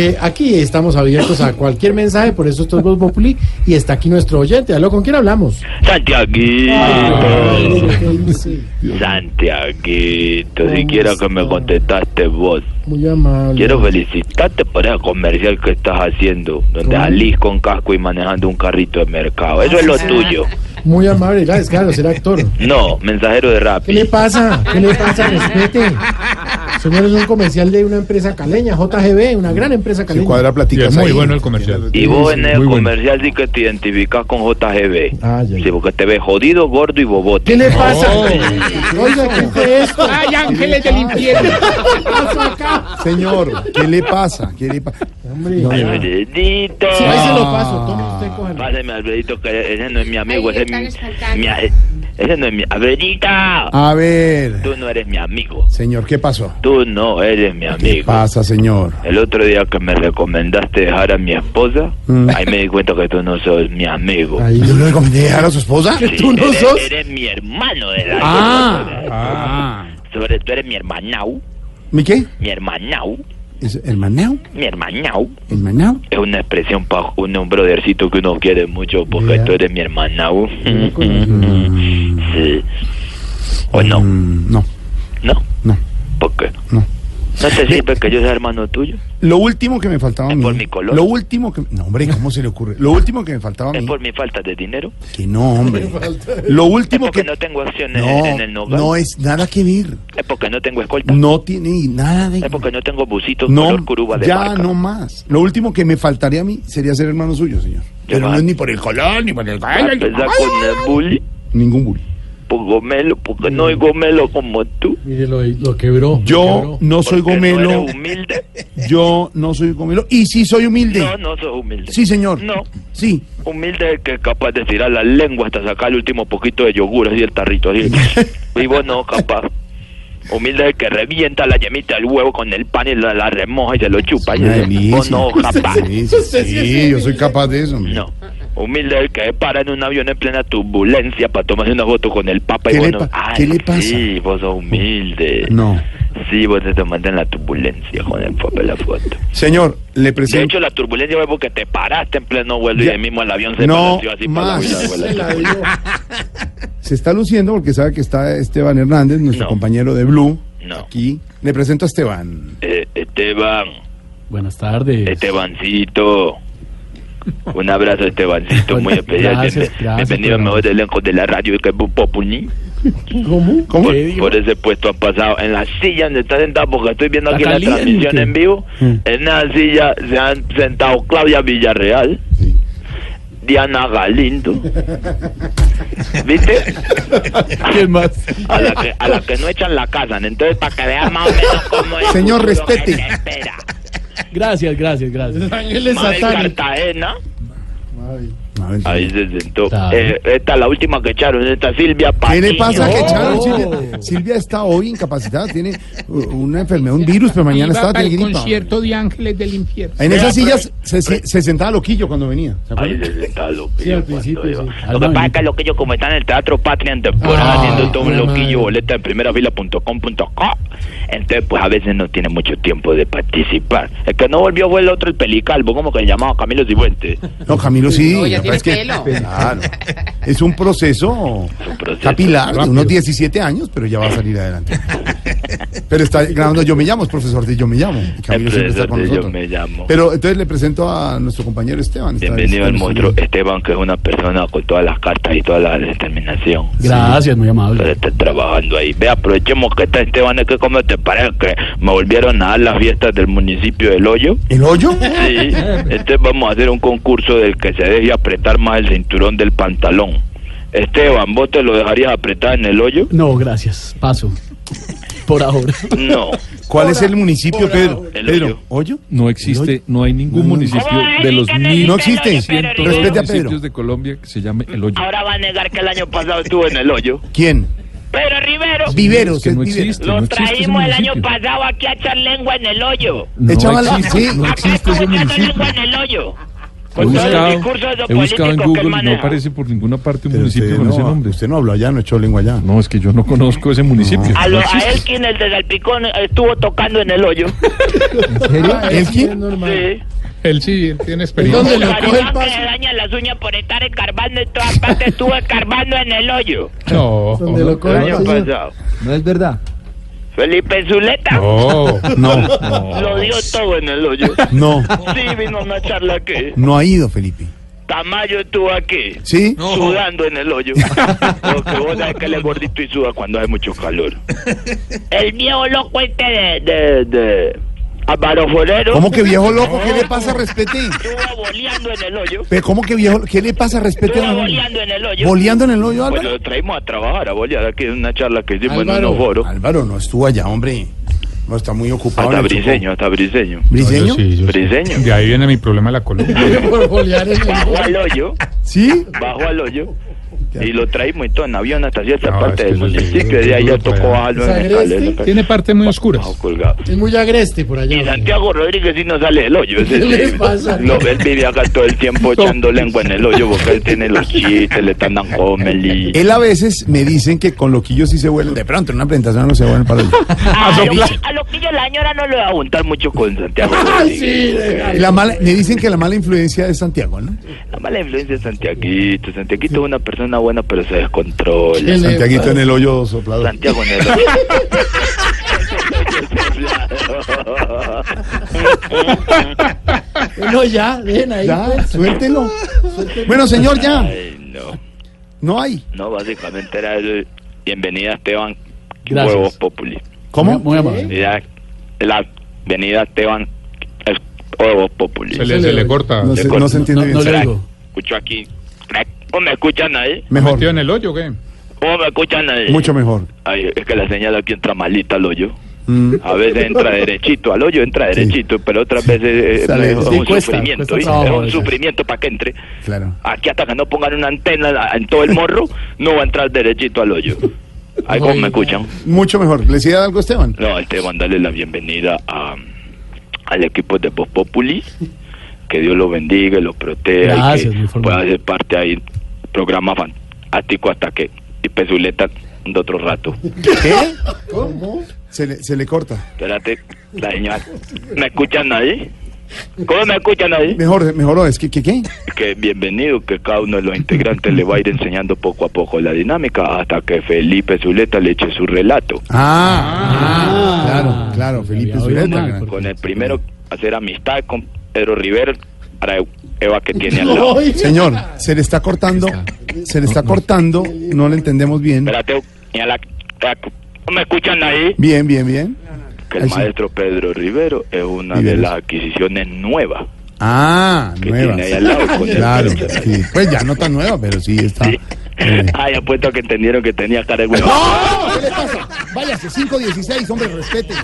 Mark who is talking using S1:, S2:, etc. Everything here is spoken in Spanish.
S1: Eh, aquí estamos abiertos a cualquier mensaje, por eso esto es Voz Populi y está aquí nuestro oyente. Aló, ¿con quién hablamos?
S2: Santiaguito,
S1: Sí,
S2: Santiaguito,
S1: ¿Cómo
S2: si quiero que me
S1: está?
S2: contestaste vos.
S1: muy amable.
S2: Quiero felicitarte por el comercial que estás haciendo, donde
S1: ¿Cómo?
S2: salís con casco y manejando un carrito de mercado. Eso es
S1: Ah.
S2: lo tuyo.
S1: Muy amable, gracias, claro, ser actor.
S2: No, mensajero de
S1: ¿Qué le
S2: Rappi.
S1: pasa? ¿Qué le pasa? Respete. Señor, es un comercial de una empresa caleña, JGB, una gran empresa
S3: Se
S1: caleña.
S3: cuadra platicas
S4: Sí, es muy
S3: ahí.
S4: bueno el comercial.
S2: Y vos en el
S4: Muy bueno.
S2: comercial sí que te identificás con JGB.
S1: Ah, ya, ya.
S2: Sí, porque te ves jodido, gordo
S1: ¿Qué
S2: y bobote.
S1: le pasa?
S4: No.
S1: Oiga, ¿qué fue esto?
S5: Ay, ángeles del infierno.
S1: ¿Qué pasó acá?
S3: Señor, ¿qué le pasa? ¿Qué le pasa?
S1: Hombre,
S3: No, no.
S2: Alfredito.
S1: sí, ahí se lo paso, tome usted, cógelo.
S2: Páseme, Alfredito, que ese no es mi amigo.
S6: Ahí
S2: Ese, es
S6: están
S2: mi-
S6: escoltando.
S2: mi- ese no es mi...
S1: Ah.
S2: ¡Alfredita!
S3: A ver,
S2: Tú no eres mi amigo.
S3: señor, ¿qué pasó?
S2: Tú no eres mi
S3: ¿Qué
S2: amigo.
S3: pasa, señor?
S2: El otro día que me recomendaste dejar a mi esposa,
S3: Mm.
S2: ahí me di cuenta que tú no sos mi amigo.
S1: Ahí.
S3: ¿Yo le recomendé dejar a su esposa?
S2: Sí, eres, eres mi hermano de
S3: Ah.
S2: la
S4: Ah,
S2: Sobre tú eres mi hermanao,
S3: ¿Mi qué?
S2: mi hermanao,
S3: ¿Es hermanao?
S2: mi hermanao.
S3: ¿Hermanao?
S2: Es una expresión para un un brothercito que uno quiere mucho porque
S1: Vea.
S2: tú eres mi hermanao.
S3: Mm,
S2: Sí. ¿O no?
S3: mm, no,
S2: ¿No?
S3: no,
S2: ¿Por qué?
S3: no.
S2: ¿No te sirve que yo sea hermano tuyo?
S3: Lo último que me faltaba a
S2: ¿Es
S3: mí.
S2: por mi color?
S3: Lo último que. No, hombre, ¿cómo se le ocurre? Lo último que me faltaba a
S2: ¿Es
S3: mí.
S2: por mi falta de dinero?
S3: Que no, hombre. Lo
S2: ¿Es
S3: último
S2: porque
S3: que.
S2: no tengo acciones en el
S3: No,
S2: nogal?
S3: no es nada que ver.
S2: ¿Es porque no tengo escolta?
S3: No tiene nada de.
S2: Es porque no tengo busitos
S3: No,
S2: color curuba de
S3: ya
S2: marca.
S3: no más. Lo último que me faltaría a mí sería ser hermano suyo, señor. Pero
S2: va. Ah, pues,
S3: no es ni por el color, ni por el
S2: A
S3: color.
S2: empezar con el bully,
S3: Ningún bullying.
S2: por gomelo, porque no hay gomelo como tú.
S1: Mire, lo, lo quebró.
S3: Yo no soy
S2: porque
S3: gomelo.
S2: No eres humilde.
S3: Yo no soy gomelo. Y sí soy humilde.
S2: No, no soy humilde.
S3: Sí, señor.
S2: No.
S3: Sí.
S2: Humilde es el que es capaz de tirar la lengua hasta sacar el último poquito de yogur, así el tarrito, así. y vos no, capaz. Humilde es el que revienta la yemita del huevo con el pan y la, la remoja y se lo chupa. Y
S3: Una
S2: dice, vos
S3: delicia.
S2: no, capaz.
S3: Sí, sí, sí, yo soy capaz de eso. hombre.
S2: No. Humilde es el que para en un avión en plena turbulencia para tomarse una foto con el Papa y
S3: ¿Qué
S2: vos
S3: le
S2: no.
S3: pa-
S2: Ay,
S3: qué le pasa?
S2: Sí, vos sos humilde.
S3: No.
S2: Sí, vos te tomaste en la turbulencia con el papel la foto.
S3: Señor, le
S2: De
S3: presento.
S2: hecho, la turbulencia fue porque te paraste en pleno vuelo y
S3: Ya.
S2: ahí mismo el avión se
S3: No
S2: balanceó así
S3: más.
S2: para la huida,
S1: Se
S2: vuela.
S1: la dio.
S3: Se está luciendo porque sabe que está Esteban Hernández, nuestro
S2: No.
S3: compañero de Blue.
S2: No.
S3: Aquí. Le presento a Esteban.
S2: Eh, Esteban,
S5: Buenas tardes.
S2: Estebancito. Un abrazo, Estebancito, muy especial.
S5: Gracias,
S2: Bienve-
S5: gracias,
S2: Bienvenido al
S5: programa.
S2: mejor elenco de la radio que es un Populi.
S1: ¿Cómo?
S3: ¿Cómo?
S5: ¿Qué digo?
S2: Por ese puesto han pasado. En la silla donde están sentados, porque estoy viendo
S5: Está
S2: aquí la
S5: caliente. Mm.
S2: transmisión en vivo. En la silla se han sentado Claudia Villarreal, Diana Galindo. ¿Viste?
S5: ¿Quién más?
S2: A la, que, a la que no echan la casan. Entonces, para que vean más o menos cómo es.
S3: Señor,
S2: lo que
S3: respete.
S2: te espera.
S5: Gracias, gracias, gracias.
S1: Ángeles
S2: Mabel
S1: satánicos.
S2: Cartagena.
S1: Ay.
S3: A ver,
S2: Ahí se sentó.
S5: Está bien.
S2: Eh, esta es la última que echaron. Esta Silvia
S3: ¿Qué
S2: Patiño.
S3: le pasa que echaron
S5: Oh.
S3: Silvia? Silvia está hoy incapacitada, tiene u- una enfermedad, un virus, pero mañana
S5: Iba
S3: está,
S5: para
S3: tiene
S5: el
S3: gripa.
S5: concierto de Ángeles del Infierno.
S3: En esas
S2: Vea, pues-
S3: sillas se, se- se sentaba loquillo cuando venía. ¿se acuerda?
S2: Ahí se sentaba Loquillo
S1: Sí, al
S2: cuando
S1: principio,
S2: iba.
S1: sí.
S2: Lo
S5: Al
S2: que pasa es
S5: momento.
S2: que Loquillo, como están en el Teatro Patria en temporada,
S1: Ah,
S2: haciendo todo un
S1: la madre.
S2: Loquillo, boleta en primera fila.com.co. Entonces, pues a veces no tiene mucho tiempo de participar. El que no volvió fue el otro, el Pelicalvo, como que le llamaba Camilo Cifuentes.
S3: No, Camilo sí.
S6: No, ya
S3: pero es
S6: tiene
S3: que- pues,
S6: pelo.
S3: claro. Es un proceso
S2: Es un proceso.
S3: capilar de unos 17 años, pero ya va a salir adelante. Pero está grabando Yo Me Llamo, es profesor de Yo Me Llamo. Y Camilo
S2: El
S3: siempre está
S2: profesor
S3: con
S2: de Yo
S3: nosotros.
S2: Me Llamo.
S3: Pero entonces le presento a nuestro compañero Esteban. Está-
S2: Bienvenido
S3: está
S2: al monstruo
S3: nuestro-
S2: Esteban, que es una persona con todas las cartas y toda la determinación.
S5: Gracias, muy
S2: Pero
S5: amable.
S2: está trabajando ahí. Ve, aprovechemos que está Esteban, es que como te parece que me volvieron a dar las fiestas del municipio del Hoyo.
S3: ¿El hoyo?
S2: Sí, este vamos a hacer un concurso del que se deje apretar más el cinturón del pantalón. Esteban, ¿vos te lo dejarías apretar en el hoyo?
S5: No, gracias. Paso. Por ahora.
S2: No.
S3: ¿Cuál es el municipio, Pedro?
S2: El
S3: Pedro, ¿hoyo?
S7: No existe, no hay ningún
S3: No, no.
S7: municipio de los mil
S3: No existe.
S7: cientos de
S3: Respete a Pedro.
S7: municipios de Colombia que se llame El Hoyo.
S2: Ahora va a negar que el año pasado estuvo en el hoyo.
S3: ¿Quién?
S2: Pero Rivero,
S3: Viveros.
S7: que
S3: es
S7: no
S3: Viveros.
S7: existe, no existe ese municipio.
S2: pasado aquí a echar lengua en el hoyo.
S7: No
S3: Échame la-
S7: existe,
S3: sí.
S7: no existe ese municipio.
S2: en el hoyo.
S7: He
S2: Con todos los
S7: buscado,
S2: discursos de
S7: he buscado en
S2: políticos que él
S7: Google y no
S2: maneja.
S7: aparece por ninguna parte un
S3: Pero
S7: municipio
S3: usted
S7: con ese
S3: no,
S7: nombre.
S3: usted no habló allá, no echó lengua allá.
S7: No, es que yo no conozco ese municipio.
S2: A,
S7: no
S2: lo, a
S7: existe.
S2: Elkin, el de Salpicón, estuvo tocando en el hoyo.
S1: Es Ah,
S3: ¿Elkin?
S1: normal.
S2: Sí.
S4: Él sí tiene
S1: Es
S4: experiencia.
S1: donde le coge el
S2: Caribán que
S1: paso.
S2: se dañan las uñas por estar escarbando en todas partes, estuvo escarbando en el hoyo.
S4: No.
S1: Donde lo
S2: El
S1: coge el
S2: año
S1: paso.
S2: pasado.
S6: No es verdad.
S2: pues, Felipe Zuleta
S4: No.
S3: No,
S2: lo dio todo en el hoyo.
S3: no,
S2: Sí, vino a una charla aquí.
S3: no ha ido, Felipe.
S2: Tamayo estuvo aquí.
S3: ¿Sí?
S2: Sudando en el hoyo. Lo que vos sabés que él es gordito y suda cuando hace mucho calor. El viejo loco este de. de. de. Álvaro Forero
S3: ¿Cómo que viejo loco? ¿Qué le pasa? Respete.
S2: estuvo boleando en el hoyo.
S3: Pero ¿Cómo que viejo? ¿Qué le pasa? Respete.
S2: Estuvo
S3: don
S2: boleando
S3: Álvaro.
S2: en el hoyo.
S3: ¿Boleando en el hoyo,
S2: Pues
S3: Álvaro?
S2: lo traímos a trabajar a bolear aquí en una charla que hicimos en
S1: Álvaro.
S2: un foro.
S3: Álvaro no estuvo allá, hombre. No está muy ocupado.
S2: Hasta
S3: le chocó.
S2: briseño, hasta briseño.
S3: ¿Briseño?
S2: Briseño.
S4: De ahí viene mi problema de la columna.
S1: Por bolear en el
S2: Bajó
S1: gol.
S2: al hoyo,
S3: ¿Sí?
S2: bajó al hoyo. Y lo traímos y todo en avión hasta cierta
S4: No,
S2: parte
S4: es
S2: del
S4: que eso sí,
S2: municipio.
S4: eso
S2: De
S4: sí pues,
S2: ahí
S4: lo
S2: ya tocó
S4: traen.
S2: algo en
S1: ¿Sagres,
S2: escalera,
S1: sí?
S2: pues,
S4: Tiene partes muy
S2: bajo
S4: oscuras.
S2: colgado.
S1: Es muy agreste por allá.
S2: Y Santiago Rodríguez sí no sale del hoyo. Ese,
S1: ¿Qué le
S2: sí.
S1: pasa?
S2: No, él vive acá todo el tiempo echando lengua en el hoyo porque él tiene los chistes, le están dando comeli.
S3: Él a veces me dicen que con loquillos sí se vuelven. De pronto, en una presentación no se vuelven para
S4: Ah,
S2: A,
S3: allá.
S2: Ah, lo- a lo que yo la señora no le va a juntar mucho con Santiago
S4: Ah,
S1: Ay,
S2: Rodríguez.
S1: sí, déjalo.
S3: La mala- me dicen que la mala influencia es Santiago, ¿no?
S2: La mala influencia de Santiaguito. Santiaguito es una persona buena, pero se descontrola.
S1: El-
S3: Santiaguito en el hoyo soplado.
S2: Santiago en el hoyo.
S1: No, ya, dejen ahí.
S3: Ya,
S1: pues.
S3: suéltelo. Bueno, señor, ya.
S2: Ay, no.
S3: No hay.
S2: No, básicamente era el- bienvenida Esteban
S5: Gracias.
S2: Huevos Populi.
S3: ¿Cómo?
S5: Muy amable.
S2: Era la bienvenida Esteban el Huevos Populi.
S4: Se le, se le corta.
S3: No
S4: ¿Se
S3: se, no se entiende bien.
S5: No, no Ah, le
S2: Crack.
S5: digo.
S2: Escucho aquí. Crack. ¿Cómo me escuchan ahí?
S3: Mejor.
S4: metió en el hoyo o qué?
S2: ¿Cómo me escuchan ahí?
S3: Mucho mejor.
S2: Ay, es que la señal aquí entra malita al hoyo.
S3: Mm.
S2: A veces entra derechito al hoyo, entra
S3: Sí.
S2: derechito, pero otras veces eh,
S3: Sale-
S2: es un
S3: sí,
S5: cuesta,
S2: sufrimiento.
S5: cuesta
S2: ¿oí?
S5: trabajo
S2: es
S5: a
S2: un
S5: veces.
S2: sufrimiento para que entre.
S3: Claro.
S2: Aquí hasta que no pongan una antena en todo el morro, no va a entrar derechito al hoyo. Ahí como
S1: Oiga.
S2: me escuchan.
S3: Mucho mejor. ¿Le decía algo, Esteban?
S2: No, Esteban, dale la bienvenida a, al equipo de Voz Populi. Que Dios lo bendiga y lo proteja.
S5: Gracias,
S2: y
S5: muy
S2: que
S5: formal.
S2: pueda ser parte ahí del programa fantástico hasta que y pezuleta de otro rato.
S3: ¿Qué? ¿Cómo? Se le, se le corta.
S2: Espérate, la señal. ¿Me escuchan ahí? ¿Cómo me escuchan ahí?
S3: Mejor, mejoró. Es que, ¿qué, qué?
S2: Que bienvenido, que cada uno de los integrantes le va a ir enseñando poco a poco la dinámica hasta que Felipe Zuleta le eche su relato.
S3: Ah, claro, claro.
S5: me
S3: Felipe
S5: había oído
S3: Zuleta.
S5: mal,
S3: gran-
S5: porque-
S2: Con el primero, hacer amistad con Pedro Rivera para Eva que tiene al lado.
S1: Oiga.
S3: Señor, se le está cortando. Se le está cortando. No le entendemos bien.
S2: Espérate, señala- ¿No ¿Me escuchan ahí?
S3: Bien, bien, bien.
S2: Que el
S3: Ahí sí.
S2: maestro Pedro Rivero es una de
S3: Rivero.
S2: las adquisiciones nuevas
S3: Ah,
S2: que
S3: nueva.
S2: tiene ahí al lado. con el-
S3: Claro, sí. Pues ya no tan nueva, pero sí está. eh,
S2: Ay, apuesto que entendieron que tenía cara de huevo.
S3: ¿Qué le pasa? Váyase, 516, hombre, respete.